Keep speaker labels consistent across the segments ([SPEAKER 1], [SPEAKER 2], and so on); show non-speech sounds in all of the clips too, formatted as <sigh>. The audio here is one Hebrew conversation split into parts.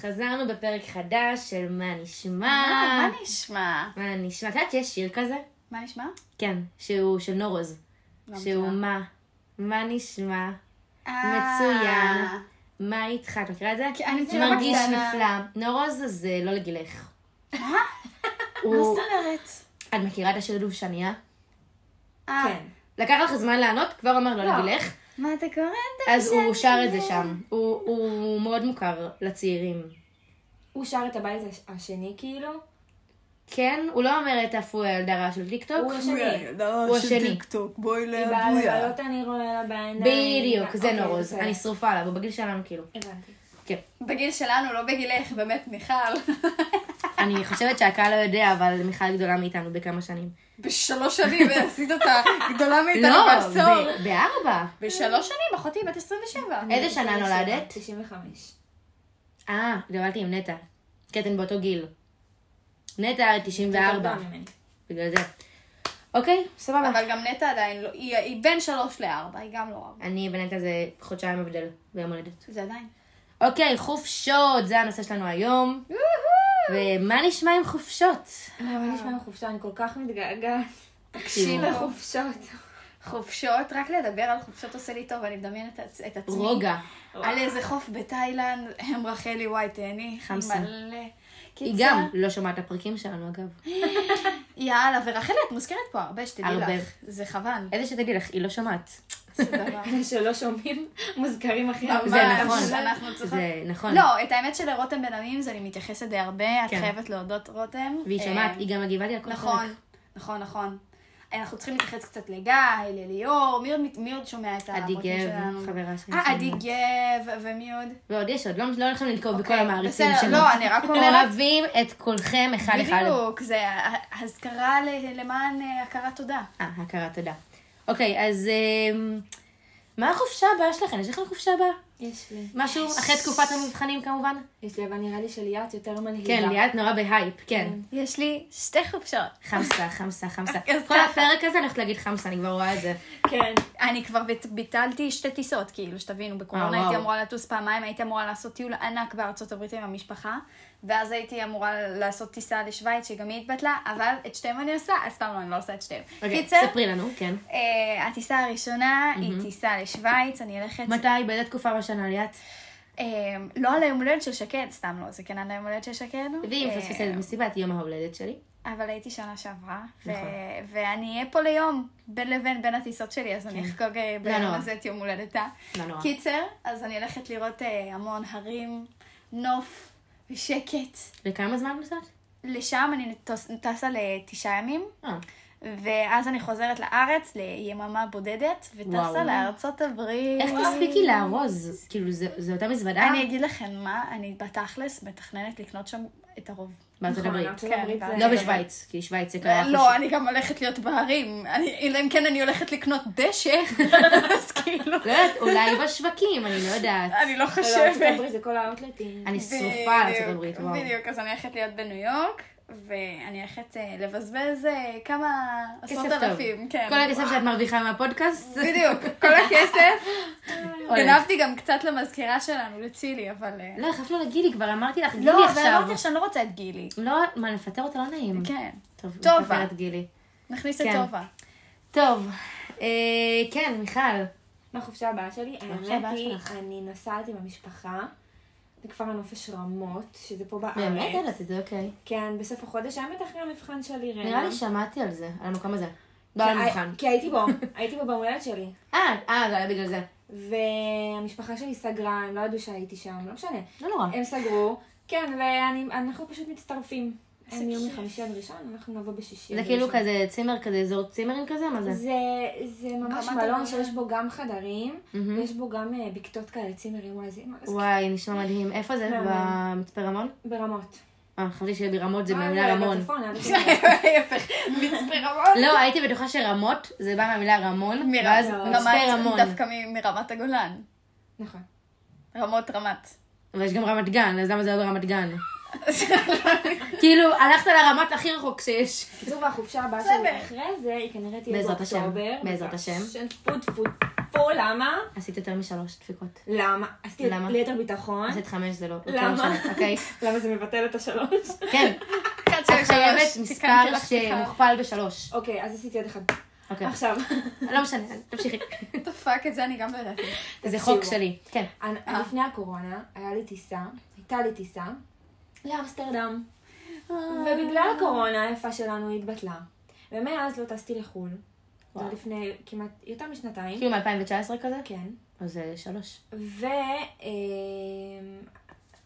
[SPEAKER 1] חזרנו בפרק חדש של מה נשמע.
[SPEAKER 2] אה, מה
[SPEAKER 1] אה.
[SPEAKER 2] מה נשמע?
[SPEAKER 1] מה נשמע? את יודעת שיש שיר כזה?
[SPEAKER 2] מה נשמע?
[SPEAKER 1] כן, שהוא של נורוז.
[SPEAKER 2] לא
[SPEAKER 1] שהוא
[SPEAKER 2] מכירה.
[SPEAKER 1] מה? מה נשמע?
[SPEAKER 2] אה,
[SPEAKER 1] מצוין. מה איתך? את מכירה את זה?
[SPEAKER 2] כן, אני מכירה
[SPEAKER 1] מרגיש
[SPEAKER 2] בקטנה.
[SPEAKER 1] נפלא. נורוז זה לא לגילך.
[SPEAKER 2] מה? לא מה
[SPEAKER 1] הוא...
[SPEAKER 2] זאת אומרת?
[SPEAKER 1] את מכירה את השיר דובשניה?
[SPEAKER 2] אה,
[SPEAKER 1] כן. לקח לך זמן לענות, כבר אמר לא
[SPEAKER 2] לא.
[SPEAKER 1] לגילך.
[SPEAKER 2] מה אתה קורא?
[SPEAKER 1] אז הוא שר את זה שם. הוא- הוא מאוד מוכר לצעירים.
[SPEAKER 3] הוא שר את הבית הש- השני כאילו?
[SPEAKER 1] כן, הוא לא אומר את עפו הילדה הרעה של טיקטוק.
[SPEAKER 3] הוא השני.
[SPEAKER 1] הוא השני.
[SPEAKER 2] בואי
[SPEAKER 3] היא באה לבלות אני רואה לה בעיניים.
[SPEAKER 1] בדיוק, זה
[SPEAKER 3] אוקיי,
[SPEAKER 1] נורוז.
[SPEAKER 3] בסדר.
[SPEAKER 1] אני שרופה עליו, הוא בגיל שלנו כאילו.
[SPEAKER 3] הבנתי.
[SPEAKER 1] כן.
[SPEAKER 2] בגיל שלנו, לא בגילך, באמת, מיכל. <laughs>
[SPEAKER 1] אני חושבת שהקהל לא יודע, אבל מיכל גדולה מאיתנו בכמה שנים.
[SPEAKER 2] בשלוש שנים עשית אותה גדולה מאיתנו
[SPEAKER 1] לא,
[SPEAKER 2] בעשור.
[SPEAKER 1] ב- בארבע.
[SPEAKER 2] בשלוש שנים, אחותי בת 27.
[SPEAKER 1] איזה שנה נולדת?
[SPEAKER 3] 95.
[SPEAKER 1] אה, גדלתי עם נטע. כן, אתן באותו גיל. נטע 94,
[SPEAKER 3] יותר גדולה ממני.
[SPEAKER 1] בגלל זה. אוקיי, סבבה.
[SPEAKER 2] אבל גם נטע עדיין לא, היא- היא בין שלוש לארבע, היא גם לא ארבע.
[SPEAKER 1] אני ונטע זה חודשיים הבדל ביום הולדת.
[SPEAKER 2] זה עדיין.
[SPEAKER 1] אוקיי, חופשות, זה הנושא שלנו היום. ומה נשמע עם חופשות?
[SPEAKER 3] אה, מה נשמע עם חופשה? אני כל כך מתגעגעת.
[SPEAKER 1] תקשיבו.
[SPEAKER 3] לחופשות.
[SPEAKER 2] חופשות, רק לדבר על חופשות עושה לי טוב, אני מדמיינת את- את עצמי.
[SPEAKER 1] רוגע.
[SPEAKER 2] על איזה חוף בתאילנד, <laughs> הם רחלי וואי תהני.
[SPEAKER 1] חמסה.
[SPEAKER 2] היא מלא.
[SPEAKER 1] היא
[SPEAKER 2] קיצר,
[SPEAKER 1] גם לא שומעת את הפרקים שלנו, אגב.
[SPEAKER 2] יאללה, ורחלי, את מוזכרת פה הרבה, שתדעי
[SPEAKER 1] הרבה.
[SPEAKER 2] לך. זה
[SPEAKER 1] <laughs>
[SPEAKER 2] חבל.
[SPEAKER 1] איזה שתגידי לך, היא לא שומעת.
[SPEAKER 2] זה דבר.
[SPEAKER 3] אלה שלא שומעים מוזכרים הכי הרבה.
[SPEAKER 2] ממש,
[SPEAKER 1] זה נכון.
[SPEAKER 2] אנחנו צריכות...
[SPEAKER 1] זה נכון.
[SPEAKER 2] לא, את האמת שלרותם בן עמים, זה אני מתייחסת די הרבה, את
[SPEAKER 1] כן.
[SPEAKER 2] חייבת להודות, רותם.
[SPEAKER 1] והיא
[SPEAKER 2] אה,
[SPEAKER 1] שומעת, היא גם מגיבה לי על כל
[SPEAKER 2] נכון,
[SPEAKER 1] פרק.
[SPEAKER 2] נכון, נכון. אנחנו צריכים להתייחס קצת לגיא, לליאור, מי עוד מת- מי עוד שומע את
[SPEAKER 1] עדי
[SPEAKER 2] הפרקים
[SPEAKER 1] גב,
[SPEAKER 2] שלנו?
[SPEAKER 1] חברה שלי.
[SPEAKER 2] אה, עדי
[SPEAKER 1] שומעת.
[SPEAKER 2] גב, ומי עוד?
[SPEAKER 1] ועוד יש עוד, לא לא הולכים לנקוב בכל
[SPEAKER 2] אוקיי,
[SPEAKER 1] המעריצים
[SPEAKER 2] בסדר,
[SPEAKER 1] שלנו.
[SPEAKER 2] לא,
[SPEAKER 1] <laughs>
[SPEAKER 2] אני רק אומרת,
[SPEAKER 1] אוהבים את כולכם אחד אחד.
[SPEAKER 2] בדיוק, זה הזכרה ל- למען אה, הכרת תודה.
[SPEAKER 1] אה, הכרה, תודה. אוקיי, אז אמ, מה החופשה הבאה שלכם? יש לכם חופשה הבאה?
[SPEAKER 3] יש לי.
[SPEAKER 1] משהו אחרי תקופת המבחנים כמובן?
[SPEAKER 3] יש לי, אבל נראה לי שליאת יותר מנהיגה.
[SPEAKER 1] כן, ליאת נורא בהייפ, כן.
[SPEAKER 2] יש לי שתי חופשות.
[SPEAKER 1] חמסה, חמסה, חמסה.
[SPEAKER 2] אז
[SPEAKER 1] כל
[SPEAKER 2] ככה.
[SPEAKER 1] הפרק הזה אני הולכת להגיד חמסה, אני כבר רואה את זה.
[SPEAKER 3] כן.
[SPEAKER 2] אני כבר ביט- ביטלתי שתי טיסות, כאילו, שתבינו,
[SPEAKER 1] אה,
[SPEAKER 2] בקורונה
[SPEAKER 1] וואו.
[SPEAKER 2] הייתי אמורה לטוס פעמיים, הייתי אמורה לעשות טיול ענק בארצות הברית עם המשפחה, ואז הייתי אמורה לעשות טיסה לשוויץ, שגם היא התבטלה, אבל את שתיהם אני עושה, אז סתם לא, אני לא עושה את שתיהם.
[SPEAKER 1] אוקיי,
[SPEAKER 2] קיצר,
[SPEAKER 1] ספרי לנו, כן.
[SPEAKER 2] אה, הטיסה הראשונה היא טיסה לשוויץ, אני הולכת...
[SPEAKER 1] מתי, באיזה תקופה בשנה ליאת?
[SPEAKER 2] אה, לא על היום הולדת של שקד, סתם לא, זה כן על היום הולדת של שקד.
[SPEAKER 1] ואם
[SPEAKER 2] אה,
[SPEAKER 1] מפספסת את מסיבת יום ההולדת שלי.
[SPEAKER 2] אבל הייתי שנה שעברה, ו-
[SPEAKER 1] נכון.
[SPEAKER 2] ואני אהיה פה ליום, בין לבין, בין הטיסות שלי, אז אני אחגוג אה, ביום
[SPEAKER 1] כן. לא נורא.
[SPEAKER 2] הזה את יום הולדתה.
[SPEAKER 1] לא נורא.
[SPEAKER 2] קיצר, אז אני הולכת לראות אה, המון הרים, נוף ושקט.
[SPEAKER 1] לכמה זמן נוסעת?
[SPEAKER 2] לשם אני טוס- טסה לתשעה ימים,
[SPEAKER 1] אה,
[SPEAKER 2] ואז אני חוזרת לארץ ליממה בודדת, וטסה
[SPEAKER 1] וואו.
[SPEAKER 2] לארצות הברית.
[SPEAKER 1] איך תספיקי לארוז? כאילו, זה זה אותה מזוודה?
[SPEAKER 2] אני אגיד לכם מה, אני בתכלס מתכננת לקנות שם את הרוב.
[SPEAKER 1] בארצות
[SPEAKER 3] נכון,
[SPEAKER 1] הברית.
[SPEAKER 3] ארצות
[SPEAKER 2] כן,
[SPEAKER 3] הברית
[SPEAKER 2] אבל-
[SPEAKER 3] זה...
[SPEAKER 1] לא בשוויץ, כי שוויץ זה קרה.
[SPEAKER 2] לא, אני גם הולכת להיות בהרים, אני- אלא אם כן אני הולכת לקנות דשא, אז כאילו,
[SPEAKER 1] לא יודעת, אולי בשווקים, אני לא יודעת.
[SPEAKER 2] אני לא
[SPEAKER 3] לא, ארצות
[SPEAKER 2] חושבת.
[SPEAKER 3] הברית זה כל האוטלטים.
[SPEAKER 1] אני שרופה על ארצות הברית,
[SPEAKER 2] בדיוק,
[SPEAKER 1] וואו.
[SPEAKER 2] בדיוק, אז אני הולכת להיות בניו יורק, ואני הולכת אה, לבזבז אה, כמה
[SPEAKER 1] כסף
[SPEAKER 2] עשרות
[SPEAKER 1] טוב.
[SPEAKER 2] אלפים. כן.
[SPEAKER 1] כל הכסף שאת מרוויחה מהפודקאסט, זה
[SPEAKER 2] בדיוק, כל הכסף.
[SPEAKER 1] הולך.
[SPEAKER 2] גנבתי גם קצת למזכירה שלנו, לצילי, אבל... אה,
[SPEAKER 1] לא, החלפנו לגילי כבר, אמרתי לך, גילי
[SPEAKER 2] לא, אבל
[SPEAKER 1] עכשיו.
[SPEAKER 2] אמרתי לך שאני לא רוצה את גילי.
[SPEAKER 1] לא, מה, נפטר אותה לא נעים.
[SPEAKER 2] כן,
[SPEAKER 1] טוב,
[SPEAKER 2] טובה.
[SPEAKER 1] נפטר את גילי.
[SPEAKER 2] נכניס את
[SPEAKER 1] כן.
[SPEAKER 2] טובה.
[SPEAKER 1] טוב, אה, כן, מיכל.
[SPEAKER 3] בחופשה הבאה שלי,
[SPEAKER 1] בחופשה הבאה
[SPEAKER 3] האמת היא,
[SPEAKER 1] שלך.
[SPEAKER 3] אני נוסעת עם המשפחה לכפר הנופש רמות, שזה
[SPEAKER 2] אה,
[SPEAKER 3] פה בארץ.
[SPEAKER 1] באמת ידעת את זה, אוקיי.
[SPEAKER 3] כן, בסוף החודש, האמת אחרי המבחן שלי, רנה.
[SPEAKER 2] אה.
[SPEAKER 1] נראה לי שמעתי על זה, על המקום הזה.
[SPEAKER 2] כן,
[SPEAKER 3] כי
[SPEAKER 1] לא על
[SPEAKER 3] הי-
[SPEAKER 1] המבחן.
[SPEAKER 3] כי הייתי בו, הייתי בו ביום הולדת שלי.
[SPEAKER 1] אה, אה, זה היה בגלל זה.
[SPEAKER 3] והמשפחה שלי סגרה, הם לא ידעו שהייתי שם, לא משנה.
[SPEAKER 1] לא נורא.
[SPEAKER 2] אה,
[SPEAKER 3] הם סגרו, כן, ואנחנו פשוט מצטרפים. הם יום מחמישי עד ראשון, אנחנו נבוא בשישי.
[SPEAKER 1] זה
[SPEAKER 3] עד
[SPEAKER 1] כאילו
[SPEAKER 3] ראשון.
[SPEAKER 1] כזה צימר כזה, אזור צימרים כזה? מה זה?
[SPEAKER 3] זה, זה ממש
[SPEAKER 2] רמת
[SPEAKER 3] מלון
[SPEAKER 2] הגולן.
[SPEAKER 3] שיש בו גם חדרים,
[SPEAKER 1] מהמם.
[SPEAKER 3] ויש בו גם אה, בקתות כאלה צימרים, וואי, זה ממש
[SPEAKER 1] וואי, נשמע מדהים. איפה זה?
[SPEAKER 3] מהמם.
[SPEAKER 1] במצפה רמון?
[SPEAKER 3] ברמות.
[SPEAKER 1] אה, חשבתי שברמות זה
[SPEAKER 3] אה,
[SPEAKER 1] במילה רמון.
[SPEAKER 3] בצפון,
[SPEAKER 1] <laughs>
[SPEAKER 3] אה, בצפון.
[SPEAKER 2] <laughs> ההפך, מצפה רמון.
[SPEAKER 1] לא, הייתי בטוחה שרמות זה בא מהמילה רמון,
[SPEAKER 2] מרמת-
[SPEAKER 1] ואז
[SPEAKER 3] לא.
[SPEAKER 1] מצפה
[SPEAKER 2] רמת-
[SPEAKER 1] רמון.
[SPEAKER 2] דווקא מ- מרמת הגולן.
[SPEAKER 3] נכון.
[SPEAKER 2] רמות רמת.
[SPEAKER 1] אבל יש גם רמת גן, אז למה זה לא ברמת גן? כאילו, הלכת לרמת הכי רחוק שיש.
[SPEAKER 3] בקיצור, והחופשה הבאה
[SPEAKER 2] בסדר.
[SPEAKER 3] שלי אחרי זה, היא כנראה תהיה
[SPEAKER 1] בעזרת השם,
[SPEAKER 3] באוקטובר.
[SPEAKER 1] בעזרת השם.
[SPEAKER 3] טפו טפו פה, למה?
[SPEAKER 1] עשית יותר משלוש דפיקות.
[SPEAKER 3] למה? עשיתי
[SPEAKER 1] למה?
[SPEAKER 3] ליתר ביטחון.
[SPEAKER 1] עשית חמש זה לא. לא
[SPEAKER 3] אה? למה?
[SPEAKER 1] משנה, אוקיי.
[SPEAKER 3] למה זה מבטל את
[SPEAKER 1] <laughs>
[SPEAKER 3] השלוש?
[SPEAKER 1] כן,
[SPEAKER 2] אחת,
[SPEAKER 1] את חייבת
[SPEAKER 2] תיקנתי
[SPEAKER 1] מספר
[SPEAKER 2] לך, סליחה.
[SPEAKER 1] שמוכפל בשלוש.
[SPEAKER 3] אוקיי, אז עשיתי עוד אחד.
[SPEAKER 1] אוקיי.
[SPEAKER 3] עכשיו.
[SPEAKER 1] <laughs> לא משנה, תמשיכי.
[SPEAKER 2] אתה פאק את זה אני גם לא ידעתי.
[SPEAKER 1] זה חוק שלי. כן.
[SPEAKER 3] אני- לפני הקורונה היה לי טיסה, הייתה לי טיסה לאמסטרדם.
[SPEAKER 1] אה.
[SPEAKER 3] ובגלל הקורונה היפה שלנו היא התבטלה. ומאז לא טסתי לחו"ל. זה
[SPEAKER 1] וואו.
[SPEAKER 3] לפני כמעט יותר משנתיים.
[SPEAKER 1] כאילו מ-2019 כזה?
[SPEAKER 3] כן.
[SPEAKER 1] אז זה שלוש.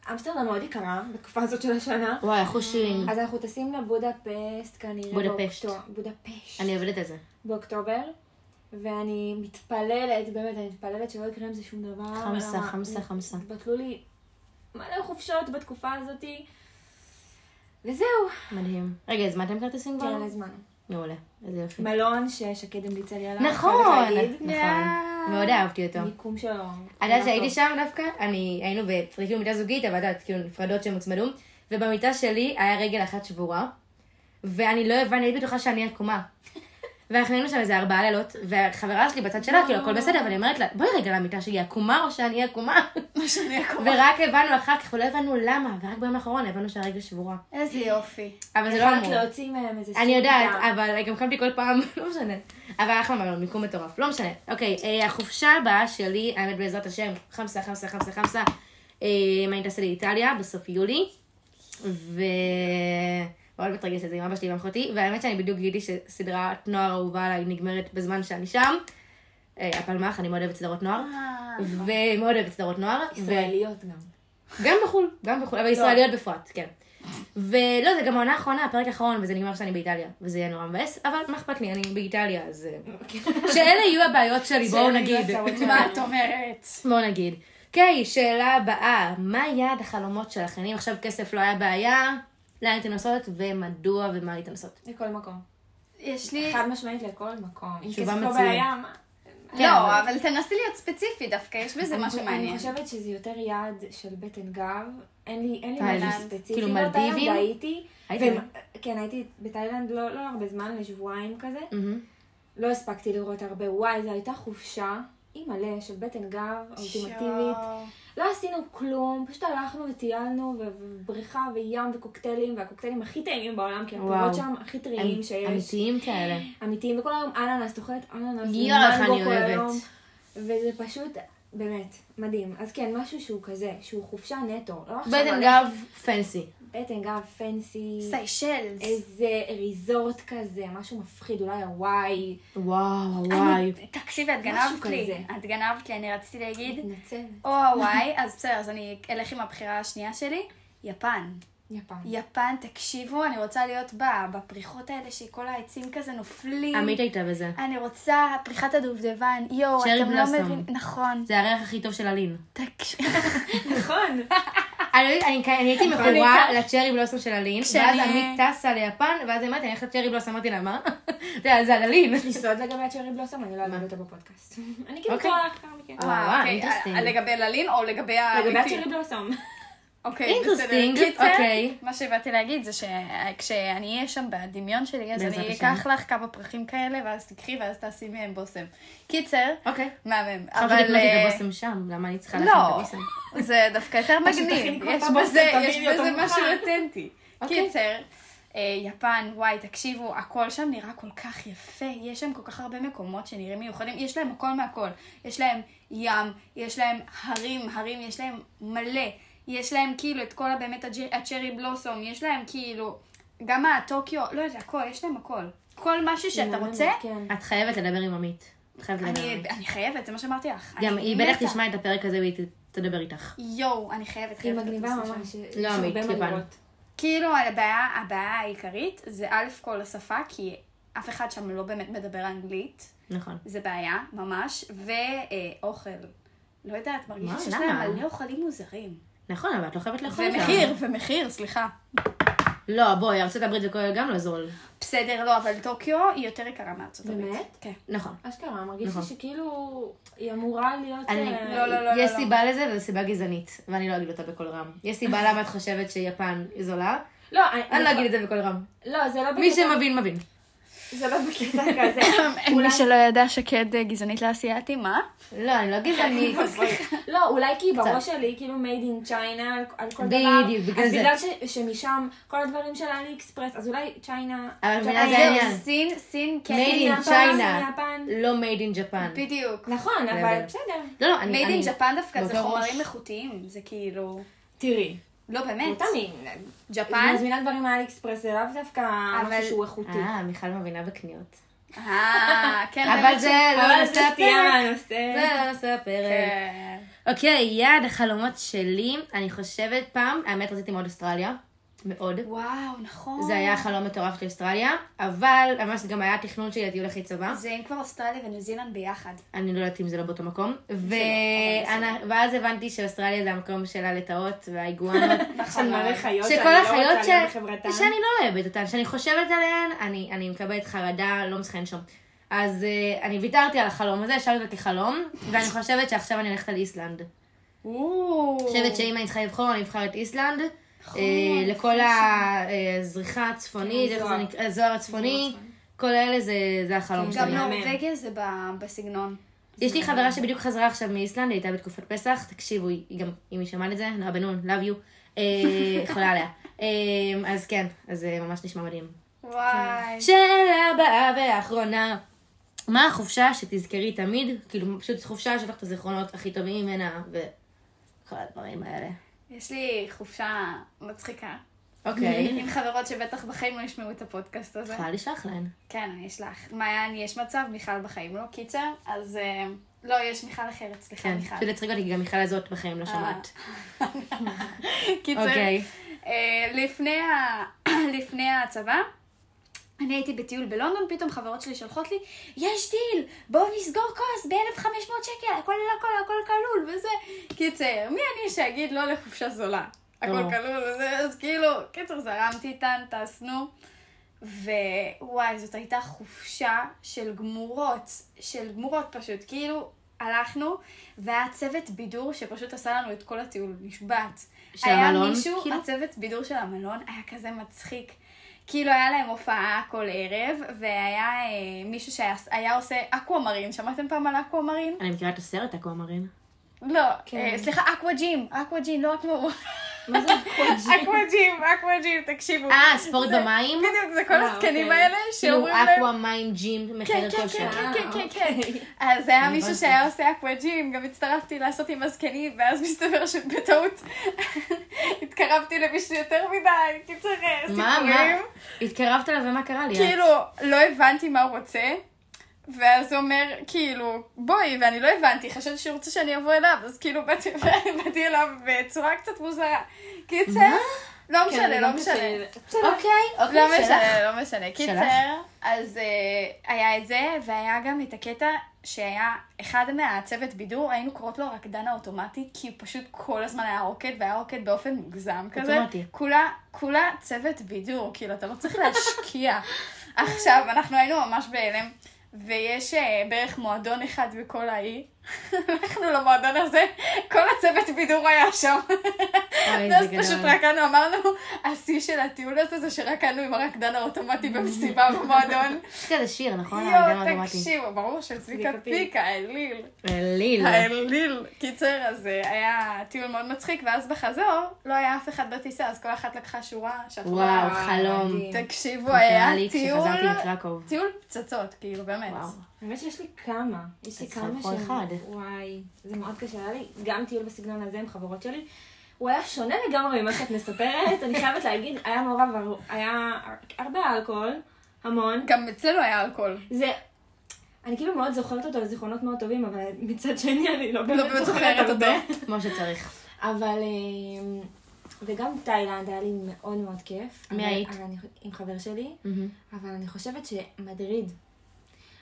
[SPEAKER 3] ואמסטרדם אמ, מאוד יקרה בתקופה הזאת של השנה.
[SPEAKER 1] וואי, החושים.
[SPEAKER 3] אז אנחנו טסים לבודפשט כנראה.
[SPEAKER 1] בודפשט.
[SPEAKER 3] באוקטו- בודפשט.
[SPEAKER 1] אני עובדת על זה.
[SPEAKER 3] באוקטובר, ואני מתפללת, באמת, אני מתפללת שלא יקרה עם זה שום דבר.
[SPEAKER 1] חמסה,
[SPEAKER 3] למה-
[SPEAKER 1] חמסה, חמסה.
[SPEAKER 3] התבטלו לי מלא חופשות בתקופה הזאתי. וזהו.
[SPEAKER 1] כן. מדהים. רגע, הזמנתם כרטיסים כבר?
[SPEAKER 3] כן, הזמן.
[SPEAKER 1] מעולה. איזה יופי.
[SPEAKER 3] מלון ששקד המליצה לי עליו.
[SPEAKER 1] כן. נכון,
[SPEAKER 3] חייבת להגיד.
[SPEAKER 1] נכון. מאוד אהבתי אותו.
[SPEAKER 3] מיקום שלו. לא
[SPEAKER 1] את יודעת שהייתי שם דווקא, אני, היינו בפריקים במיטה זוגית, אבל את יודעת, כאילו נפרדות שהם הוצמדו, ובמיטה שלי היה רגל אחת שבורה, ואני לא הבנתי, הייתי בטוחה שאני
[SPEAKER 3] <laughs>
[SPEAKER 1] עקומה. ואנחנו היינו שם איזה ארבעה לילות, והחברה שלי בצד שלה, כאילו הכל בסדר, ואני אומרת לה, בואי רגע למיטה שלי עקומה או שאני
[SPEAKER 3] <laughs>
[SPEAKER 1] עקומה?
[SPEAKER 2] מה שאני אקום.
[SPEAKER 1] ורק הבנו אחר כך, ולא הבנו למה, ורק ביום האחרון הבנו שהרגל שבורה.
[SPEAKER 2] איזה יופי.
[SPEAKER 1] אבל זה לא
[SPEAKER 3] יכולת
[SPEAKER 1] אמור.
[SPEAKER 3] להוציא מהם איזה
[SPEAKER 1] אני
[SPEAKER 3] סוג
[SPEAKER 1] יודעת,
[SPEAKER 3] דם.
[SPEAKER 1] אבל גם קמתי כל פעם, <laughs> לא משנה. אבל אחלה מלון, מיקום מטורף, לא משנה. אוקיי, אה, החופשה הבאה שלי, האמת בעזרת השם, חמסה, חמסה, חמסה, חמסה. אה, אני טסה לאיטליה בסוף יולי, ו... מאוד מתרגשת, זה עם אבא שלי ועם אחותי, והאמת שאני בדיוק גיליתי שסדרת נוער אהובה עליי נגמרת בזמן שאני שם. אה, הפלמ"ח, אני מאוד אוהבת סדרות נוער,
[SPEAKER 2] אה,
[SPEAKER 1] ומאוד אוהבת סדרות נוער. ו-
[SPEAKER 3] אה, נכון. ישראליות גם.
[SPEAKER 1] גם בחו"ל, גם בחו"ל,
[SPEAKER 3] לא.
[SPEAKER 1] אבל ישראליות בפרט, כן. ולא, זה גם העונה האחרונה, הפרק האחרון, וזה נגמר שאני באיטליה, וזה יהיה נורא מבאס, אבל מה אכפת לי, אני באיטליה, אז...
[SPEAKER 3] <laughs>
[SPEAKER 1] אה, שאלה יהיו הבעיות שלי, בואו
[SPEAKER 3] שאלה יהיו
[SPEAKER 1] נגיד. <laughs>
[SPEAKER 3] הצרות שלי.
[SPEAKER 2] מה את אומרת?
[SPEAKER 1] בואו נגיד. אוקיי, שאלה הבאה, מה יעד החלומות שלכם? אם עכשיו כסף לא היה בעיה, לאן הייתם נוסעות, ומדוע, ומה הייתם נוסעות?
[SPEAKER 3] לכל מקום.
[SPEAKER 2] יש לי...
[SPEAKER 3] חד משמעית לכל מקום. אם
[SPEAKER 1] תשובה
[SPEAKER 3] כסף לא
[SPEAKER 1] מצוינת.
[SPEAKER 3] בעיה, מה?
[SPEAKER 1] כן,
[SPEAKER 2] לא,
[SPEAKER 1] אבל-
[SPEAKER 2] אבל תנסי להיות ספציפי דווקא, יש בזה
[SPEAKER 3] אני-
[SPEAKER 2] משהו מעניין.
[SPEAKER 3] אני חושבת שזה יותר יעד של בטן גב. אין לי, אין לי
[SPEAKER 1] תאילנד.
[SPEAKER 3] משהו ספציפי.
[SPEAKER 1] כאילו
[SPEAKER 3] לא,
[SPEAKER 1] מלדיבים?
[SPEAKER 3] תאילנד הייתי.
[SPEAKER 1] הייתי. לא.
[SPEAKER 3] ו- כן, הייתי בתאילנד לא לא הרבה זמן, לשבועיים כזה.
[SPEAKER 1] מהמם.
[SPEAKER 3] לא הספקתי לראות הרבה. וואי, זו הייתה חופשה. היא מלא של בטן גב, אולטימטיבית.
[SPEAKER 2] יואו.
[SPEAKER 3] לא עשינו כלום, פשוט הלכנו וטיילנו, ו- ובריכה וים וקוקטיילים, והקוקטיילים הכי טעימים בעולם, כי
[SPEAKER 1] וואו.
[SPEAKER 3] הפירות שם הכי טריים שיש.
[SPEAKER 1] אמיתיים כאלה.
[SPEAKER 3] אמיתיים, וכל היום אננס, תאכלת אננס,
[SPEAKER 1] יואו, איך
[SPEAKER 3] ומנגו
[SPEAKER 1] אני
[SPEAKER 3] כל
[SPEAKER 1] אוהבת.
[SPEAKER 3] היום. וזה פשוט, באמת, מדהים. אז כן, משהו שהוא כזה, שהוא חופשה נטו. לא עכשיו
[SPEAKER 1] בטן
[SPEAKER 3] הולך-
[SPEAKER 1] גב, פנסי.
[SPEAKER 3] בטן גב, פנסי,
[SPEAKER 2] סיישלס.
[SPEAKER 3] איזה ריזורט כזה, משהו מפחיד, אולי הוואי.
[SPEAKER 1] וואו,
[SPEAKER 2] אני-
[SPEAKER 1] וואי.
[SPEAKER 2] תקשיבי, את
[SPEAKER 3] משהו
[SPEAKER 2] גנבת לי.
[SPEAKER 3] כזה.
[SPEAKER 2] את גנבת לי, אני רציתי להגיד,
[SPEAKER 3] מתנצלת.
[SPEAKER 2] או הוואי, אז בסדר, אז אני אלך עם הבחירה השנייה שלי, יפן.
[SPEAKER 3] יפן.
[SPEAKER 2] יפן, תקשיבו, אני רוצה להיות בה, בפריחות האלה שכל העצים כזה נופלים.
[SPEAKER 1] עמית הייתה בזה.
[SPEAKER 2] אני רוצה פריחת הדובדבן, יואו,
[SPEAKER 1] שרי
[SPEAKER 2] אתם לא
[SPEAKER 1] בלוסום.
[SPEAKER 2] מבינים, נכון.
[SPEAKER 1] זה הריח הכי טוב של אלין.
[SPEAKER 2] תקשיב,
[SPEAKER 3] נכון. <laughs>
[SPEAKER 1] אני, לא אני, אני הייתי מכורה לצ'רי בלוסום של אלין,
[SPEAKER 2] כשאני-
[SPEAKER 1] ואז עמית טסה ליפן, ואז אמרתי, אני הולכת לצ'רי בלוסום, אמרתי לה, מה? <laughs> אתה יודע, זה על אלין.
[SPEAKER 3] סוד לגבי הצ'רי בלוסום, אני לא אגיד אותו בפודקאסט. <laughs> אני כאילו
[SPEAKER 1] אוקיי.
[SPEAKER 3] כבר לאחר מכן.
[SPEAKER 1] וואו,
[SPEAKER 2] אוקיי,
[SPEAKER 1] interesting.
[SPEAKER 2] אה, לגבי ללין או לגבי
[SPEAKER 1] אה,
[SPEAKER 2] ה...
[SPEAKER 3] לגבי הצ'רי בלוסום.
[SPEAKER 2] אוקיי,
[SPEAKER 1] Interesting,
[SPEAKER 2] קיצר,
[SPEAKER 1] אוקיי.
[SPEAKER 2] מה שבאתי להגיד זה שכשאני אהיה שם בדמיון שלי, אז
[SPEAKER 1] בעזרת
[SPEAKER 2] אני
[SPEAKER 1] השם.
[SPEAKER 2] אקח לך כמה פרחים כאלה, ואז תקחי ואז תעשי מהם בושם. קיצר,
[SPEAKER 1] אוקיי.
[SPEAKER 2] מהמם.
[SPEAKER 1] אבל... חשבתי לקנות
[SPEAKER 2] אה,
[SPEAKER 1] את הבושם שם, למה אני צריכה לעשות את
[SPEAKER 2] לא,
[SPEAKER 1] הבושם?
[SPEAKER 2] זה דווקא
[SPEAKER 3] <laughs>
[SPEAKER 2] יותר מגניב,
[SPEAKER 3] תכין כל
[SPEAKER 2] יש
[SPEAKER 3] פעם
[SPEAKER 2] בזה,
[SPEAKER 3] בושם,
[SPEAKER 2] יש
[SPEAKER 3] תביאי לי
[SPEAKER 2] בזה
[SPEAKER 3] אותו
[SPEAKER 2] משהו
[SPEAKER 3] מוכן.
[SPEAKER 2] אותנטי.
[SPEAKER 1] אוקיי.
[SPEAKER 2] קיצר, אה, יפן, וואי, תקשיבו, הכל שם נראה כל כך יפה, יש שם כל כך הרבה מקומות שנראים מיוחדים, יש להם הכל מהכל, יש להם ים, יש להם הרים, הרים, יש להם מלא, יש להם כאילו את כל הבאמת הג'- הצ'רי בלוסום, יש להם כאילו, גם הטוקיו, לא יודעת, הכל, יש להם הכל. כל משהו
[SPEAKER 3] <laughs>
[SPEAKER 2] שאתה רוצה,
[SPEAKER 3] כן.
[SPEAKER 1] את חייבת לדבר עם עמית. את חייבת לדבר עם
[SPEAKER 2] אני
[SPEAKER 1] עמית.
[SPEAKER 2] אני חייבת, זה מה שאמרתי לך.
[SPEAKER 1] כן. גם
[SPEAKER 2] אני
[SPEAKER 1] היא בטח
[SPEAKER 2] מתה.
[SPEAKER 1] תשמע את הפרק הזה והיא ת- תדבר איתך.
[SPEAKER 2] יואו, אני חייבת,
[SPEAKER 3] היא
[SPEAKER 2] חייבת. את
[SPEAKER 3] מגניבה
[SPEAKER 2] המסע שם.
[SPEAKER 3] ממש. יש
[SPEAKER 1] לא,
[SPEAKER 3] הרבה
[SPEAKER 1] אמיתי, יפן.
[SPEAKER 3] מדהימות.
[SPEAKER 2] כאילו הבעיה, הבעיה העיקרית זה א' כל השפה, כי אף אחד שם לא באמת מדבר אנגלית,
[SPEAKER 1] נכון.
[SPEAKER 2] זה בעיה, ממש, ואוכל. לא יודעת, מרגישה
[SPEAKER 1] מה,
[SPEAKER 2] שיש
[SPEAKER 1] למה?
[SPEAKER 2] להם מלא אוכלים מוזרים.
[SPEAKER 1] נכון, אבל את לא חייבת לאכול אותה.
[SPEAKER 2] ומחיר, ומחיר, סליכה.
[SPEAKER 1] לא, בואי, ארצות הברית וכל גם לא זול.
[SPEAKER 2] בסדר, לא, אבל טוקיו היא יותר יקרה מארצות הברית.
[SPEAKER 3] באמת?
[SPEAKER 2] כן.
[SPEAKER 1] נכון.
[SPEAKER 3] אשכרה, מרגיש
[SPEAKER 1] נכון.
[SPEAKER 3] לי שכאילו היא אמורה להיות...
[SPEAKER 1] אני-
[SPEAKER 2] לא,
[SPEAKER 3] אה,
[SPEAKER 2] לא, לא,
[SPEAKER 1] יש
[SPEAKER 2] לא.
[SPEAKER 1] סיבה לזה, וזו סיבה גזענית, ואני לא אגיד אותה בקול רם. יש סיבה למה את חושבת שיפן היא זולה,
[SPEAKER 3] לא, אני
[SPEAKER 2] נכון.
[SPEAKER 1] אני לא אגיד את זה בקול רם.
[SPEAKER 3] לא, זה לא
[SPEAKER 1] מי
[SPEAKER 3] בקטע-
[SPEAKER 1] שמבין, מבין.
[SPEAKER 3] זה לא בקטע כזה.
[SPEAKER 2] אמ, מי
[SPEAKER 3] אולי-
[SPEAKER 2] שלא ידע, שקד אה, גזענית לאסייתי, מה?
[SPEAKER 1] לא, אני לא
[SPEAKER 2] <laughs>
[SPEAKER 1] גזענית.
[SPEAKER 3] לא, אולי כי בראש שלי, כאילו made in China על- על כל
[SPEAKER 1] בדיוק,
[SPEAKER 3] דבר.
[SPEAKER 1] בגלל
[SPEAKER 3] אז
[SPEAKER 1] זה.
[SPEAKER 3] בגלל ש- שמשם כל הדברים של האלי אקספרס, אז אולי צ'יינה...
[SPEAKER 1] אבל מבינה,
[SPEAKER 2] אז
[SPEAKER 1] זה העניין.
[SPEAKER 2] זהו, סין, סין, כן.
[SPEAKER 1] made in
[SPEAKER 3] מיפן,
[SPEAKER 1] China,
[SPEAKER 3] מיפן.
[SPEAKER 1] לא made in Japan.
[SPEAKER 2] בדיוק.
[SPEAKER 3] נכון, אבל
[SPEAKER 1] בסדר.
[SPEAKER 3] בסדר.
[SPEAKER 1] לא, לא, אני...
[SPEAKER 2] made
[SPEAKER 1] אני-
[SPEAKER 2] in Japan דווקא זה
[SPEAKER 1] באותו ראש.
[SPEAKER 2] חומרים איכותיים, זה כאילו...
[SPEAKER 3] תראי.
[SPEAKER 2] לא, באמת.
[SPEAKER 3] תמיד.
[SPEAKER 2] ג'פן?
[SPEAKER 3] מזמינה דברים מהאלי אקספרס, זה לאו דווקא משהו שהוא איכותי.
[SPEAKER 1] אה, מיכל מבינה בקניות.
[SPEAKER 2] אה, כן.
[SPEAKER 1] אבל זה לא
[SPEAKER 3] אבל זה
[SPEAKER 1] נושא
[SPEAKER 3] סטייה
[SPEAKER 1] הפרק.
[SPEAKER 3] מהנושא.
[SPEAKER 1] זה לא נושא הפרק.
[SPEAKER 2] כן.
[SPEAKER 1] אוקיי, יעד החלומות שלי, אני חושבת פעם, האמת רציתי מאוד אוסטרליה. מאוד.
[SPEAKER 2] וואו, נכון.
[SPEAKER 1] זה היה חלום מטורף של אוסטרליה, אבל ממש גם היה תכנון שלי לטיול אחרי צבא.
[SPEAKER 2] זה אם כבר אוסטרליה וניו זילנד ביחד.
[SPEAKER 1] אני לא יודעת אם זה לא באותו מקום. ו-
[SPEAKER 2] לא, אבל
[SPEAKER 1] אנ- ואז הבנתי שאוסטרליה זה המקום של הלטאות והאיגואנות. <laughs>
[SPEAKER 3] של מלא חיות שאני
[SPEAKER 1] שכל
[SPEAKER 3] לא רוצה
[SPEAKER 1] החיות ש...
[SPEAKER 3] להיות בחברתן.
[SPEAKER 1] שאני לא אוהבת אותן, שאני חושבת עליהן, אני, אני מקבלת חרדה, לא מצליחה לנשום. אז uh, אני ויתרתי על החלום הזה, השארתי אותי חלום, ואני חושבת שעכשיו אני הולכת על איסלנד. אני חושבת שאם אני צריכה לבחור, אני אבחר את איסלנד.
[SPEAKER 3] נכון,
[SPEAKER 1] אה, לכל הזריחה הצפונית, איך זה
[SPEAKER 3] הזוהר.
[SPEAKER 1] נקרא, הזוהר הצפוני, כל אלה זה- זה החלום
[SPEAKER 2] גם
[SPEAKER 1] שלי.
[SPEAKER 3] מהמם.
[SPEAKER 2] נורבגיה זה ב- בסגנון.
[SPEAKER 1] יש לי חברה שבדיוק חזרה עכשיו מאיסלנד, היא הייתה בתקופת פסח, תקשיבו, היא גם, אם היא שמעת את זה, נועה בן נון, love you, אה, <laughs> חולה עליה. אה, אז כן, אז זה ממש נשמע מדהים.
[SPEAKER 2] וואי.
[SPEAKER 1] שאלה הבאה והאחרונה, מה החופשה שתזכרי תמיד? כאילו, פשוט חופשה שיש לך את הזיכרונות הכי טובים ממנה, וכל הדברים האלה.
[SPEAKER 2] כן. יש לי חופשה מצחיקה.
[SPEAKER 1] אוקיי,
[SPEAKER 2] עם חברות שבטח בחיים לא ישמעו את הפודקאסט הזה.
[SPEAKER 1] יכולה לשלוח להן.
[SPEAKER 2] כן, אני אשלח. מעיין, יש מצב, מיכל בחיים לא. קיצר, אז אה, לא, יש מיכל אחרת, סליחה,
[SPEAKER 1] כן,
[SPEAKER 2] מיכל. אה,
[SPEAKER 1] פשוט הצחיק אותי, כי גם מיכל הזאת בחיים לא שמעת.
[SPEAKER 2] <laughs> קיצר,
[SPEAKER 1] אוקיי.
[SPEAKER 2] אה, לפני ה- <clears throat> לפני הצבא, אני הייתי בטיול בלונדון, פתאום חברות שלי שולחות לי, יש דיל, בואו נסגור כוס ב-1500 שקל, הכל הכל הכל כלול וזה. קיצר, מי אני שאגיד לא לחופשה זולה? הכל
[SPEAKER 1] או.
[SPEAKER 2] כלול וזה, אז כאילו, קיצר, זרמתי איתן, טסנו. ווואי, זאת הייתה חופשה של גמורות, של גמורות פשוט. כאילו, הלכנו, והיה צוות בידור שפשוט עשה לנו את כל הטיול, נשבעת.
[SPEAKER 1] של
[SPEAKER 2] היה
[SPEAKER 1] המלון,
[SPEAKER 2] מישהו,
[SPEAKER 1] כאילו?
[SPEAKER 2] הצוות בידור של המלון היה כזה מצחיק. כאילו היה להם הופעה כל ערב, והיה אה, מישהו שהיה עושה אקוואמרין, שמעתם פעם על אקוואמרין?
[SPEAKER 1] אני מכירה את הסרט אקוואמרין.
[SPEAKER 2] לא,
[SPEAKER 3] כן.
[SPEAKER 2] אה, סליחה, אקוואג'ים, אקוואג'ים, לא אקוואמרין.
[SPEAKER 1] <laughs>
[SPEAKER 3] מה זה
[SPEAKER 1] לא
[SPEAKER 3] קוג'י?
[SPEAKER 2] אקוואג'ים, אקוואג'ים, תקשיבו.
[SPEAKER 1] אה, ספורט
[SPEAKER 2] אוקיי, זה-
[SPEAKER 1] במים?
[SPEAKER 2] בדיוק, זה כל
[SPEAKER 3] אה,
[SPEAKER 2] הזקנים
[SPEAKER 3] אוקיי.
[SPEAKER 2] האלה
[SPEAKER 1] כאילו
[SPEAKER 2] שאומרים להם...
[SPEAKER 1] אקווה מים ג'ים
[SPEAKER 2] כן,
[SPEAKER 1] מחדר
[SPEAKER 2] כן,
[SPEAKER 1] כושר.
[SPEAKER 2] כן,
[SPEAKER 3] אה,
[SPEAKER 2] כן, כן, כן. אז היה מישהו
[SPEAKER 1] הבנתי.
[SPEAKER 2] שהיה עושה אקוואג'ים, גם הצטרפתי לעשות עם הזקנים, ואז מסתבר שבטעות <laughs> התקרבתי למישהו יותר מדי, קיצר אה,
[SPEAKER 1] מה, מה?
[SPEAKER 2] סיפורים.
[SPEAKER 1] התקרבת אליו ומה קרה לי?
[SPEAKER 2] כן. כאילו, לא הבנתי מה הוא רוצה, ואז הוא אומר, כאילו, בואי, ואני לא הבנתי, חשבתי שהוא רוצה שאני אבוא אליו, אז כאילו באתי <laughs> באתי אליו בצורה קצת מוזרה. קיצר, לא
[SPEAKER 3] כן,
[SPEAKER 2] משנה, לא משנה.
[SPEAKER 1] אוקיי,
[SPEAKER 2] לא
[SPEAKER 1] אוקיי, שלך.
[SPEAKER 2] משנה, לא משנה. קיצר, אז אה, היה את זה, והיה גם את הקטע שהיה אחד מהצוות בידור, היינו קוראות לו רקדן האוטומטי, כי הוא פשוט כל הזמן היה רוקד, והיה רוקד באופן מוגזם כזה.
[SPEAKER 1] אוטומטי.
[SPEAKER 2] כולה, כולה צוות בידור, כאילו, אתה לא צריך
[SPEAKER 1] <laughs>
[SPEAKER 2] להשקיע. עכשיו, אנחנו היינו ממש בהלם, ויש אה, בערך מועדון אחד בכל האי. <laughs> הלכנו למועדון הזה, כל הצוות בידור היה שם.
[SPEAKER 1] אוי, זה
[SPEAKER 2] ואז
[SPEAKER 1] גדול.
[SPEAKER 2] פשוט רקדנו, אמרנו, השיא של הטיול הזה זה שרקדנו עם הרקדן האוטומטי במסיבה
[SPEAKER 1] <laughs>
[SPEAKER 2] במועדון.
[SPEAKER 1] יש כזה שיר, נכון? האדם
[SPEAKER 2] יואו,
[SPEAKER 1] הדרמטי.
[SPEAKER 2] תקשיבו, ברור של צביקה
[SPEAKER 3] צביקה פיק.
[SPEAKER 2] פיקה, האליל.
[SPEAKER 1] אליל.
[SPEAKER 2] האליל. קיצר, אז אה, היה טיול מאוד מצחיק, ואז בחזור לא היה אף אחד בטיסה, אז כל אחת לקחה שורה,
[SPEAKER 1] וואו,
[SPEAKER 2] שטרה.
[SPEAKER 1] חלום.
[SPEAKER 3] מדהים.
[SPEAKER 2] תקשיבו,
[SPEAKER 1] זה
[SPEAKER 2] היה
[SPEAKER 1] קרה לי
[SPEAKER 2] טיול,
[SPEAKER 1] כשחזרתי מקרקוב.
[SPEAKER 2] טיול פצצות, כאילו, באמת.
[SPEAKER 1] וואו.
[SPEAKER 3] האמת שיש לי כמה. יש לי
[SPEAKER 1] אז צריכה
[SPEAKER 3] כמה
[SPEAKER 1] לבחור
[SPEAKER 3] שהם-
[SPEAKER 1] אחד.
[SPEAKER 3] וואי, זה מאוד קשה היה לי. גם טיול בסגנון הזה עם חברות שלי. הוא היה שונה לגמרי ממה שאת מספרת. אני חייבת להגיד, היה מעורב, הר- היה הרבה אלכוהול, המון.
[SPEAKER 2] גם אצלנו היה אלכוהול.
[SPEAKER 3] זה... אני כאילו מאוד זוכרת אותו לזיכרונות מאוד טובים, אבל מצד שני אני לא
[SPEAKER 2] לא באמת זוכרת אותו.
[SPEAKER 3] הרבה.
[SPEAKER 1] כמו שצריך.
[SPEAKER 3] אבל... אמ, וגם תאילנד היה לי מאוד מאוד כיף.
[SPEAKER 1] מי
[SPEAKER 3] אבל-
[SPEAKER 1] היית?
[SPEAKER 3] אבל אני- עם חבר שלי.
[SPEAKER 1] מהמם.
[SPEAKER 3] אבל אני חושבת שמדריד.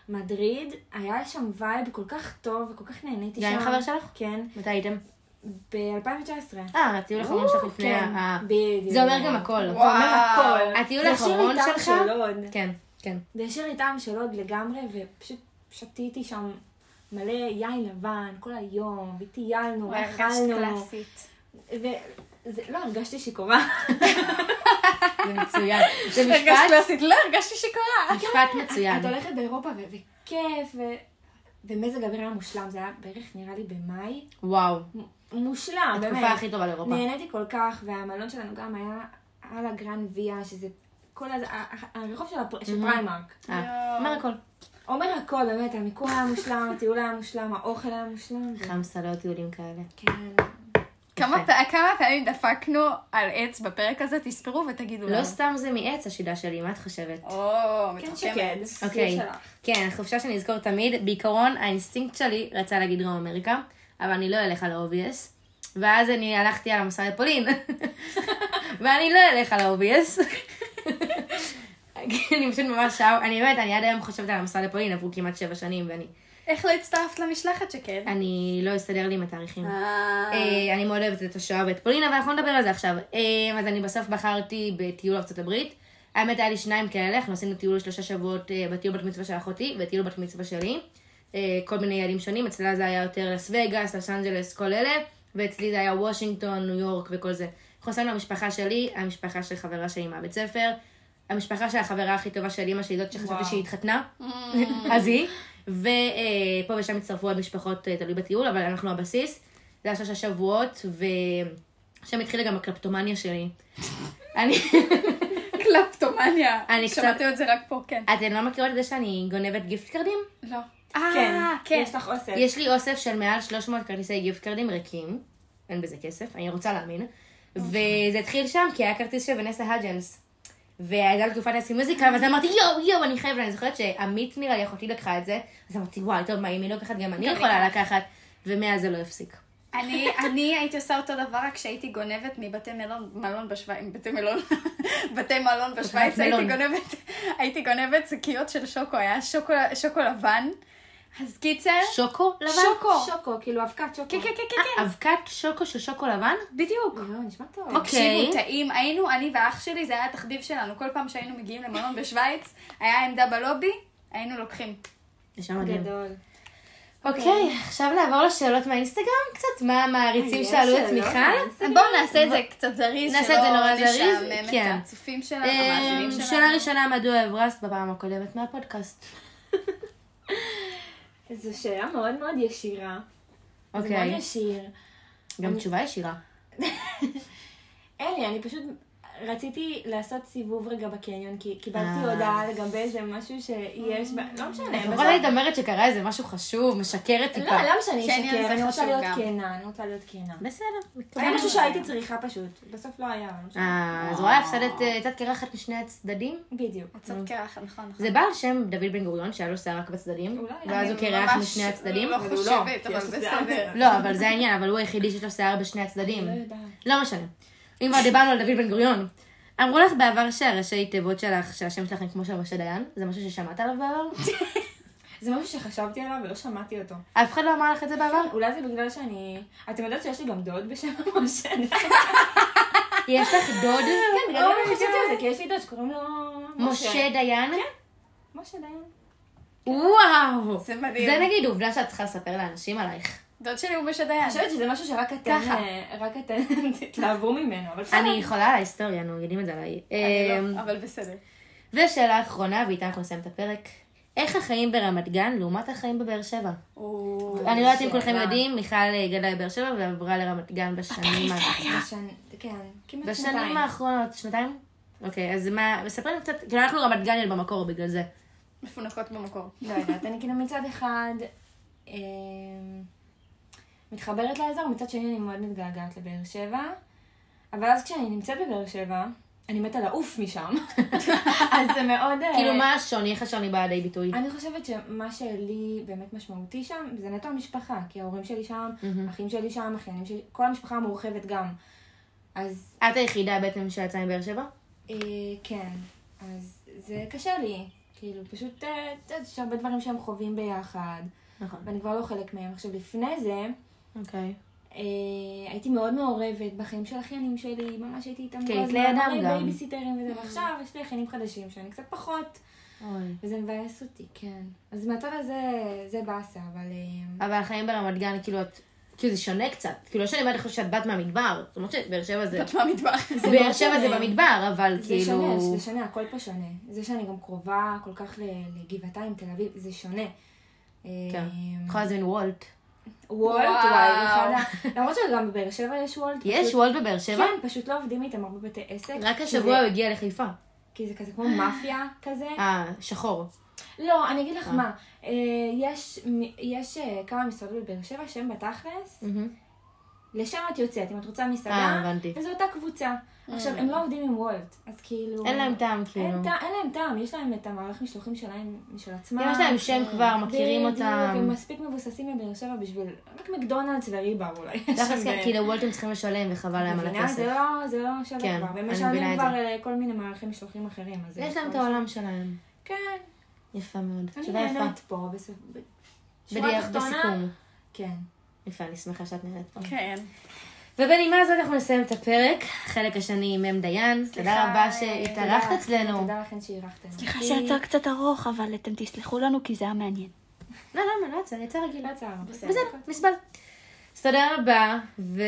[SPEAKER 3] מדריד, היה שם וייב כל כך טוב וכל כך נהניתי שם.
[SPEAKER 1] גם עם חבר שלך?
[SPEAKER 3] כן.
[SPEAKER 1] מתי הייתם?
[SPEAKER 3] ב-2019.
[SPEAKER 1] אה, הטיול האחרון שלך לפני
[SPEAKER 3] כן,
[SPEAKER 1] ה...
[SPEAKER 3] בדיוק.
[SPEAKER 1] אוקיי. זה אומר גם הכל.
[SPEAKER 2] וואו.
[SPEAKER 1] הטיול
[SPEAKER 3] זה השאיר
[SPEAKER 1] האחרון
[SPEAKER 3] לי טעם
[SPEAKER 1] שלך?
[SPEAKER 3] של עוד.
[SPEAKER 1] כן, כן.
[SPEAKER 3] זה השאיר לי טעם של עוד לגמרי, ופשוט שתיתי שם מלא יין לבן כל היום, וטיילנו,
[SPEAKER 2] הוא היה רגש
[SPEAKER 3] ואכלנו.
[SPEAKER 2] קלאסית.
[SPEAKER 3] וזה, לא, הרגשתי שיכורה.
[SPEAKER 1] זה מצוין. זה
[SPEAKER 2] הרגשתי
[SPEAKER 1] משפט,
[SPEAKER 2] קלאסית, לא הרגשתי שקרה.
[SPEAKER 1] משפט מצוין.
[SPEAKER 3] את הולכת באירופה ו- וכיף, ו... ומזג האוויר היה מושלם, זה היה בערך נראה לי במאי.
[SPEAKER 1] וואו.
[SPEAKER 3] מ- מושלם, באמת.
[SPEAKER 1] התקופה הכי טובה לאירופה.
[SPEAKER 3] נהניתי כל כך, והמלון שלנו גם היה על הגרן ויה, שזה כל הז... ה- ה- הרחוב של, הפר... של פריימרק.
[SPEAKER 1] אה, אומר הכל.
[SPEAKER 3] אומר הכל, באמת, המיקום היה מושלם, הטיול היה מושלם, האוכל היה מושלם. ו-
[SPEAKER 1] חמסה לא טיולים כאלה.
[SPEAKER 3] כן.
[SPEAKER 2] כמה פע- כמה פעמים דפקנו על עץ בפרק הזה, תספרו ותגידו לנו.
[SPEAKER 1] לא סתם זה מעץ השידה שלי, מה את חושבת?
[SPEAKER 2] או,
[SPEAKER 3] כן,
[SPEAKER 2] מתוחכמת.
[SPEAKER 3] שקד.
[SPEAKER 1] אוקיי.
[SPEAKER 3] זה שלך.
[SPEAKER 1] כן, חופשה שאני אזכור תמיד. בעיקרון, האינסטינקט שלי רצה להגיד דרום אמריקה, אבל אני לא אלך על האובייס. ואז אני הלכתי על המסע לפולין. ואני לא אלך על האובייס. <laughs> אני פשוט ממש שם, אני באמת, אני עד היום חושבת על המסע לפולין, עברו כמעט שבע שנים, ואני
[SPEAKER 2] איך לא הצטרפת למשלחת, שקד?
[SPEAKER 1] אני לא אסתדר לי עם התאריכים.
[SPEAKER 2] אה,
[SPEAKER 1] אה, אני מאוד אוהבת את השואה ואת פולין, אבל אנחנו נדבר על זה עכשיו. אה, אז אני בסוף בחרתי בטיול ארצות הברית. האמת, היה לי שניים כאלה, אנחנו עשינו טיול לשלושה שבועות אה, בטיול בת מצווה של אחותי וטיול בת מצווה שלי. אה, כל מיני יעדים שונים, אצלה זה היה יותר לס וגאס, לוס אנג'לס, כל אלה, ואצלי זה היה וושינגטון, ניו יורק וכל זה. אנחנו עשינו המשפחה שלי, המשפחה של חברה שלי מהבית ספר, המשפחה של החברה הכי טובה של אימא שלי, זאת שחשבתי
[SPEAKER 2] וואו.
[SPEAKER 1] שהיא התחתנה. <laughs> אז היא. ופה ושם הצטרפו עוד משפחות, אה, תלוי בטיול, אבל אנחנו הבסיס. זה היה שלושה שבועות, ושם התחילה גם הקלפטומניה <laughs> שלי. אני...
[SPEAKER 2] קלפטומניה.
[SPEAKER 1] אני
[SPEAKER 2] שמעתם
[SPEAKER 1] קצת-
[SPEAKER 2] את זה רק פה, כן.
[SPEAKER 1] אתן לא מכירות את זה שאני גונבת גיפט קארדים?
[SPEAKER 2] לא.
[SPEAKER 3] כן,
[SPEAKER 2] אה,
[SPEAKER 3] כן.
[SPEAKER 2] כן.
[SPEAKER 3] יש לך אוסף.
[SPEAKER 1] יש לי אוסף של מעל 300 כרטיסי גיפט קארדים ריקים. אין בזה כסף, אני רוצה להאמין. וזה התחיל שם כי היה כרטיס של ונסה האג'נס. והייתה לה תקופת עשי מוזיקה, ואז אמרתי, יואו, יואו, אני חייבת, אני זוכרת שעמית נראה לי אחותי לקחה את זה, אז אמרתי, וואי, טוב, מה, אם היא לוקחת, גם אני לא." יכולה לקחת, ומאז זה לא הפסיק.
[SPEAKER 2] אני, אני הייתי עושה אותו דבר רק כשהייתי גונבת מבתי מלון, מלון בשוויץ, בתי מלון, <laughs> בתי מלון בשוויץ,
[SPEAKER 1] מלון.
[SPEAKER 2] הייתי גונבת, הייתי גונבת שקיות של שוקו, היה שוקו, שוקו לבן, אז קיצר,
[SPEAKER 1] שוקו אה, לבן?
[SPEAKER 2] שוקו.
[SPEAKER 3] שוקו, כאילו אבקת שוקו.
[SPEAKER 2] כן, כן, כן, כן, כן,
[SPEAKER 1] אבקת שוקו של שוקו לבן?
[SPEAKER 2] בדיוק.
[SPEAKER 3] יואו, נשמע טוב.
[SPEAKER 1] אוקיי.
[SPEAKER 2] כן. תקשיבו, טעים, היינו, אני ואח שלי, זה היה התחביב שלנו, כל פעם שהיינו מגיעים למלון בשוויץ, היה עמדה בלובי, היינו לוקחים.
[SPEAKER 1] נשמע מדהים.
[SPEAKER 3] גדול.
[SPEAKER 1] אוקיי, עכשיו נעבור לשאלות מהאינסטגרם קצת, מה המעריצים
[SPEAKER 3] יש
[SPEAKER 1] שאלו את
[SPEAKER 3] שאלות
[SPEAKER 1] מיכל?
[SPEAKER 2] בואו נעשה את זה קצת זריז,
[SPEAKER 1] נעשה את זה נורא זריז,
[SPEAKER 2] שלא נשעמם
[SPEAKER 1] כן.
[SPEAKER 2] את הצופים שלנו,
[SPEAKER 1] אמ,
[SPEAKER 2] אה, המאזינים שלנו.
[SPEAKER 1] שאלה ראשונה, מדוע הברזת בפעם הקודמת מהפודקאסט?
[SPEAKER 3] זו שאלה מאוד מאוד ישירה. זה מאוד
[SPEAKER 1] אוקיי,
[SPEAKER 3] ישיר.
[SPEAKER 1] גם תשובה ישירה.
[SPEAKER 3] אין לי, אני פשוט רציתי לעשות סיבוב רגע בקניון, כי קיבלתי
[SPEAKER 1] אה.
[SPEAKER 3] הודעה לגבי איזה משהו שיש, ב- לא משנה.
[SPEAKER 1] לפחות
[SPEAKER 3] בסוף-
[SPEAKER 1] היית אומרת שקרה איזה משהו חשוב, משקרת
[SPEAKER 3] לא,
[SPEAKER 1] טיפה.
[SPEAKER 3] למה שאני
[SPEAKER 2] קניון זה
[SPEAKER 3] אשקר? אני רוצה
[SPEAKER 2] חשוב
[SPEAKER 3] להיות
[SPEAKER 2] גם.
[SPEAKER 3] כנה, אני רוצה להיות כנה.
[SPEAKER 1] בסדר.
[SPEAKER 3] היה משהו שהייתי צריכה פשוט, בסוף לא היה. לא משנה.
[SPEAKER 1] אה, אז רואה הפסדת אה, קצת קרחת משני הצדדים?
[SPEAKER 3] בדיוק.
[SPEAKER 2] את צודקה, נכון, נכון.
[SPEAKER 1] זה בא על שם דוד בן גוריון, שהיה לו שיער רק בצדדים,
[SPEAKER 3] אולי.
[SPEAKER 1] ואז הוא
[SPEAKER 2] אני
[SPEAKER 1] קרח
[SPEAKER 2] ממש
[SPEAKER 1] משני הצדדים.
[SPEAKER 2] לא
[SPEAKER 3] הוא לא,
[SPEAKER 2] חושבת,
[SPEAKER 3] כי
[SPEAKER 2] אבל
[SPEAKER 3] יש לו שיער.
[SPEAKER 2] בסדר.
[SPEAKER 1] לא, אבל זה העניין, אבל הוא היחידי שיש לו שיער בשני הצדדים.
[SPEAKER 3] לא יודעת.
[SPEAKER 1] לא משנה. אם כבר דיברנו על דוד בן גוריון. אמרו לך בעבר שהראשי תיבות שלך, שהשם שלך הם כמו של משה דיין? זה משהו ששמעת עליו בעבר?
[SPEAKER 3] זה משהו שחשבתי עליו ולא שמעתי אותו.
[SPEAKER 1] אף אחד לא אמר לך את זה בעבר?
[SPEAKER 3] אולי זה בגלל שאני... אתם יודעות שיש לי גם דוד בשם <laughs> משה.
[SPEAKER 1] יש לך דוד?
[SPEAKER 3] כן, בגלל זה אני חשבתי על זה, כי יש לי דוד שקוראים לו...
[SPEAKER 1] משה דיין?
[SPEAKER 3] משה דיין.
[SPEAKER 1] וואו!
[SPEAKER 2] לא, זה מדהים.
[SPEAKER 1] זה נגיד עובדה שאת צריכה לספר לאנשים עלייך.
[SPEAKER 2] דוד שלי הוא משה דיין.
[SPEAKER 3] אני חושבת שזה משהו שרק אתם,
[SPEAKER 2] ככה.
[SPEAKER 3] אה, רק אתם <laughs> תתלהבו ממנו, אבל בסדר.
[SPEAKER 1] אני יכולה על ההיסטוריה, נו, יודעים את זה עליי.
[SPEAKER 2] אני
[SPEAKER 1] אמ,
[SPEAKER 2] לא, אבל בסדר.
[SPEAKER 1] ושאלה אחרונה, ואיתה אנחנו נסיים את הפרק. איך החיים ברמת גן לעומת החיים בבאר שבע? אני לא יודעת אם כולכם
[SPEAKER 3] שאלה.
[SPEAKER 1] יודעים, מיכל אה, גדלה בבאר שבע ועברה לרמת גן בשנים האחרונות.
[SPEAKER 3] בשנ- כן, כמעט
[SPEAKER 1] בשנים
[SPEAKER 3] שנתיים.
[SPEAKER 1] האחרונות, שנתיים? אוקיי, אז מה, מספר לנו קצת, כאילו אנחנו רמת גניאל במקור בגלל זה.
[SPEAKER 3] אה.
[SPEAKER 2] מפונקות במקור.
[SPEAKER 3] לא יודעת, אני כאילו מצד אחד אה, מתחברת לאזור, מצד שני אני מאוד מתגעגעת לבאר שבע, אבל אז כשאני נמצאת בבאר שבע, אני מתה לעוף
[SPEAKER 1] <laughs>
[SPEAKER 3] משם, אז זה מאוד... אה,
[SPEAKER 1] כאילו מה השוני, איך השוני בא לידי ביטוי?
[SPEAKER 3] אני חושבת שמה שלי באמת משמעותי שם, זה נטו המשפחה, כי ההורים שלי שם, אחים שלי שם, אחיינים שלי, כל המשפחה המורחבת גם. אז
[SPEAKER 1] את היחידה בעצם שיצאה מבאר שבע?
[SPEAKER 3] אה, כן, אז זה קשה לי. כאילו, פשוט, אה, את יודעת, יש הרבה דברים שהם חווים ביחד,
[SPEAKER 1] נכון.
[SPEAKER 3] ואני כבר לא חלק מהם. עכשיו, לפני זה,
[SPEAKER 1] אוקיי.
[SPEAKER 3] אה, הייתי מאוד מעורבת בחיים של אחיינים שלי, ממש הייתי איתם
[SPEAKER 1] כן, תלי אדם
[SPEAKER 3] מלא
[SPEAKER 1] גם. Mm-hmm.
[SPEAKER 3] בייביסיטרים וזה, ועכשיו יש לי אחיינים חדשים שאני קצת פחות,
[SPEAKER 1] אוי.
[SPEAKER 3] וזה מבאס אותי, כן. אז מהצד הזה, זה באסה, אבל... אה,
[SPEAKER 1] אבל החיים ברמת גן, כאילו את, כאילו זה שונה קצת. כאילו, לא שאני אומרת לך שאת בת מהמדבר, זאת אומרת שבאר שבע זה...
[SPEAKER 2] את מהמטבח.
[SPEAKER 1] באר שבע זה במדבר, אבל
[SPEAKER 3] לא זה
[SPEAKER 1] כאילו...
[SPEAKER 3] שונה, זה שונה, הכל פה שונה. זה שאני גם קרובה כל כך ל- לגבעתיים, תל אביב, זה שונה.
[SPEAKER 1] כן.
[SPEAKER 3] אמ,
[SPEAKER 1] יכולה להזמין וולט.
[SPEAKER 3] וולט,
[SPEAKER 2] וואו.
[SPEAKER 3] וואי, אחד ה- למרות שגם בבאר שבע יש וולט.
[SPEAKER 1] יש
[SPEAKER 3] פשוט-
[SPEAKER 1] וולט בבאר שבע?
[SPEAKER 3] כן, פשוט לא עובדים איתם הרבה בתי עסק.
[SPEAKER 1] רק
[SPEAKER 3] כי
[SPEAKER 1] השבוע
[SPEAKER 3] זה-
[SPEAKER 1] הוא הגיע לחיפה.
[SPEAKER 3] כי זה כזה כמו מאפיה כזה.
[SPEAKER 1] אה, שחור.
[SPEAKER 3] לא, אני אגיד לך מה, אה, יש מ- יש אה, כמה מסעדות בבאר שבע שהם בתכלס, לשם את יוצאת, אם את רוצה
[SPEAKER 1] אה,
[SPEAKER 3] מסעדה,
[SPEAKER 1] הבנתי. אה.
[SPEAKER 3] אז זו אותה קבוצה. עכשיו, הם לא עובדים עם וולט, אז כאילו...
[SPEAKER 1] אין להם טעם, כאילו.
[SPEAKER 3] אין טע- אין להם טעם, יש להם את המערך משלוחים שלהם, משל עצמם.
[SPEAKER 1] יש להם שם כבר, מכירים
[SPEAKER 3] בדיוק,
[SPEAKER 1] אותם.
[SPEAKER 3] הם מספיק מבוססים בבאר שבע בשביל, רק מקדונלדס וריבה אולי.
[SPEAKER 1] תכלס,
[SPEAKER 3] שם,
[SPEAKER 1] כן,
[SPEAKER 3] אה,
[SPEAKER 1] כאילו וולט הם צריכים לשלם וחבל להם על
[SPEAKER 3] מבינה?
[SPEAKER 1] הכסף.
[SPEAKER 3] זה לא, זה לא שווה
[SPEAKER 1] כן,
[SPEAKER 3] כבר, והם
[SPEAKER 1] אני מבינה
[SPEAKER 3] משלמים
[SPEAKER 1] את
[SPEAKER 3] כבר
[SPEAKER 1] זה.
[SPEAKER 3] לכל מיני מערכים משלוחים אחרים. אז זה
[SPEAKER 1] יש להם את
[SPEAKER 3] הכל
[SPEAKER 1] העולם שלהם.
[SPEAKER 3] שם. כן,
[SPEAKER 1] יפה מאוד.
[SPEAKER 3] אני
[SPEAKER 1] תשובה יפה.
[SPEAKER 3] נהנית פה, בסוף. בשורה
[SPEAKER 1] בדיוק,
[SPEAKER 3] התחתונה,
[SPEAKER 1] בסיכום.
[SPEAKER 3] כן.
[SPEAKER 1] יפה, אני שמחה שאת נהנית פה.
[SPEAKER 2] כן.
[SPEAKER 1] ובנימה הזאת אנחנו נסיים את הפרק, חלק השני עם מ' דיין. תודה
[SPEAKER 2] סליחה,
[SPEAKER 1] רבה
[SPEAKER 2] אה,
[SPEAKER 1] שהתארחת
[SPEAKER 3] תודה.
[SPEAKER 1] אצלנו.
[SPEAKER 3] תודה לכן שאירחתם.
[SPEAKER 2] סליחה שיצא קצת ארוך, אבל אתם תסלחו לנו כי זה היה מעניין.
[SPEAKER 1] לא, למה, לא יצא, יצא רגיל.
[SPEAKER 3] לא צער, בסדר.
[SPEAKER 1] בסדר, נסבל. אז תודה רבה, ו...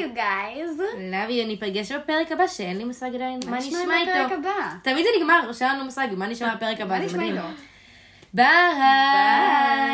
[SPEAKER 2] you guys.
[SPEAKER 1] Love you, ניפגש בפרק הבא, שאין לי מושג עדיין מה נשמע
[SPEAKER 2] בפרק
[SPEAKER 1] איתו.
[SPEAKER 2] הבא?
[SPEAKER 1] תמיד זה נגמר, שאין לנו מושג מה נשמע בפרק הבא.
[SPEAKER 2] מה
[SPEAKER 1] זה
[SPEAKER 2] נשמע
[SPEAKER 1] מדהים.
[SPEAKER 2] איתו?
[SPEAKER 1] ביי.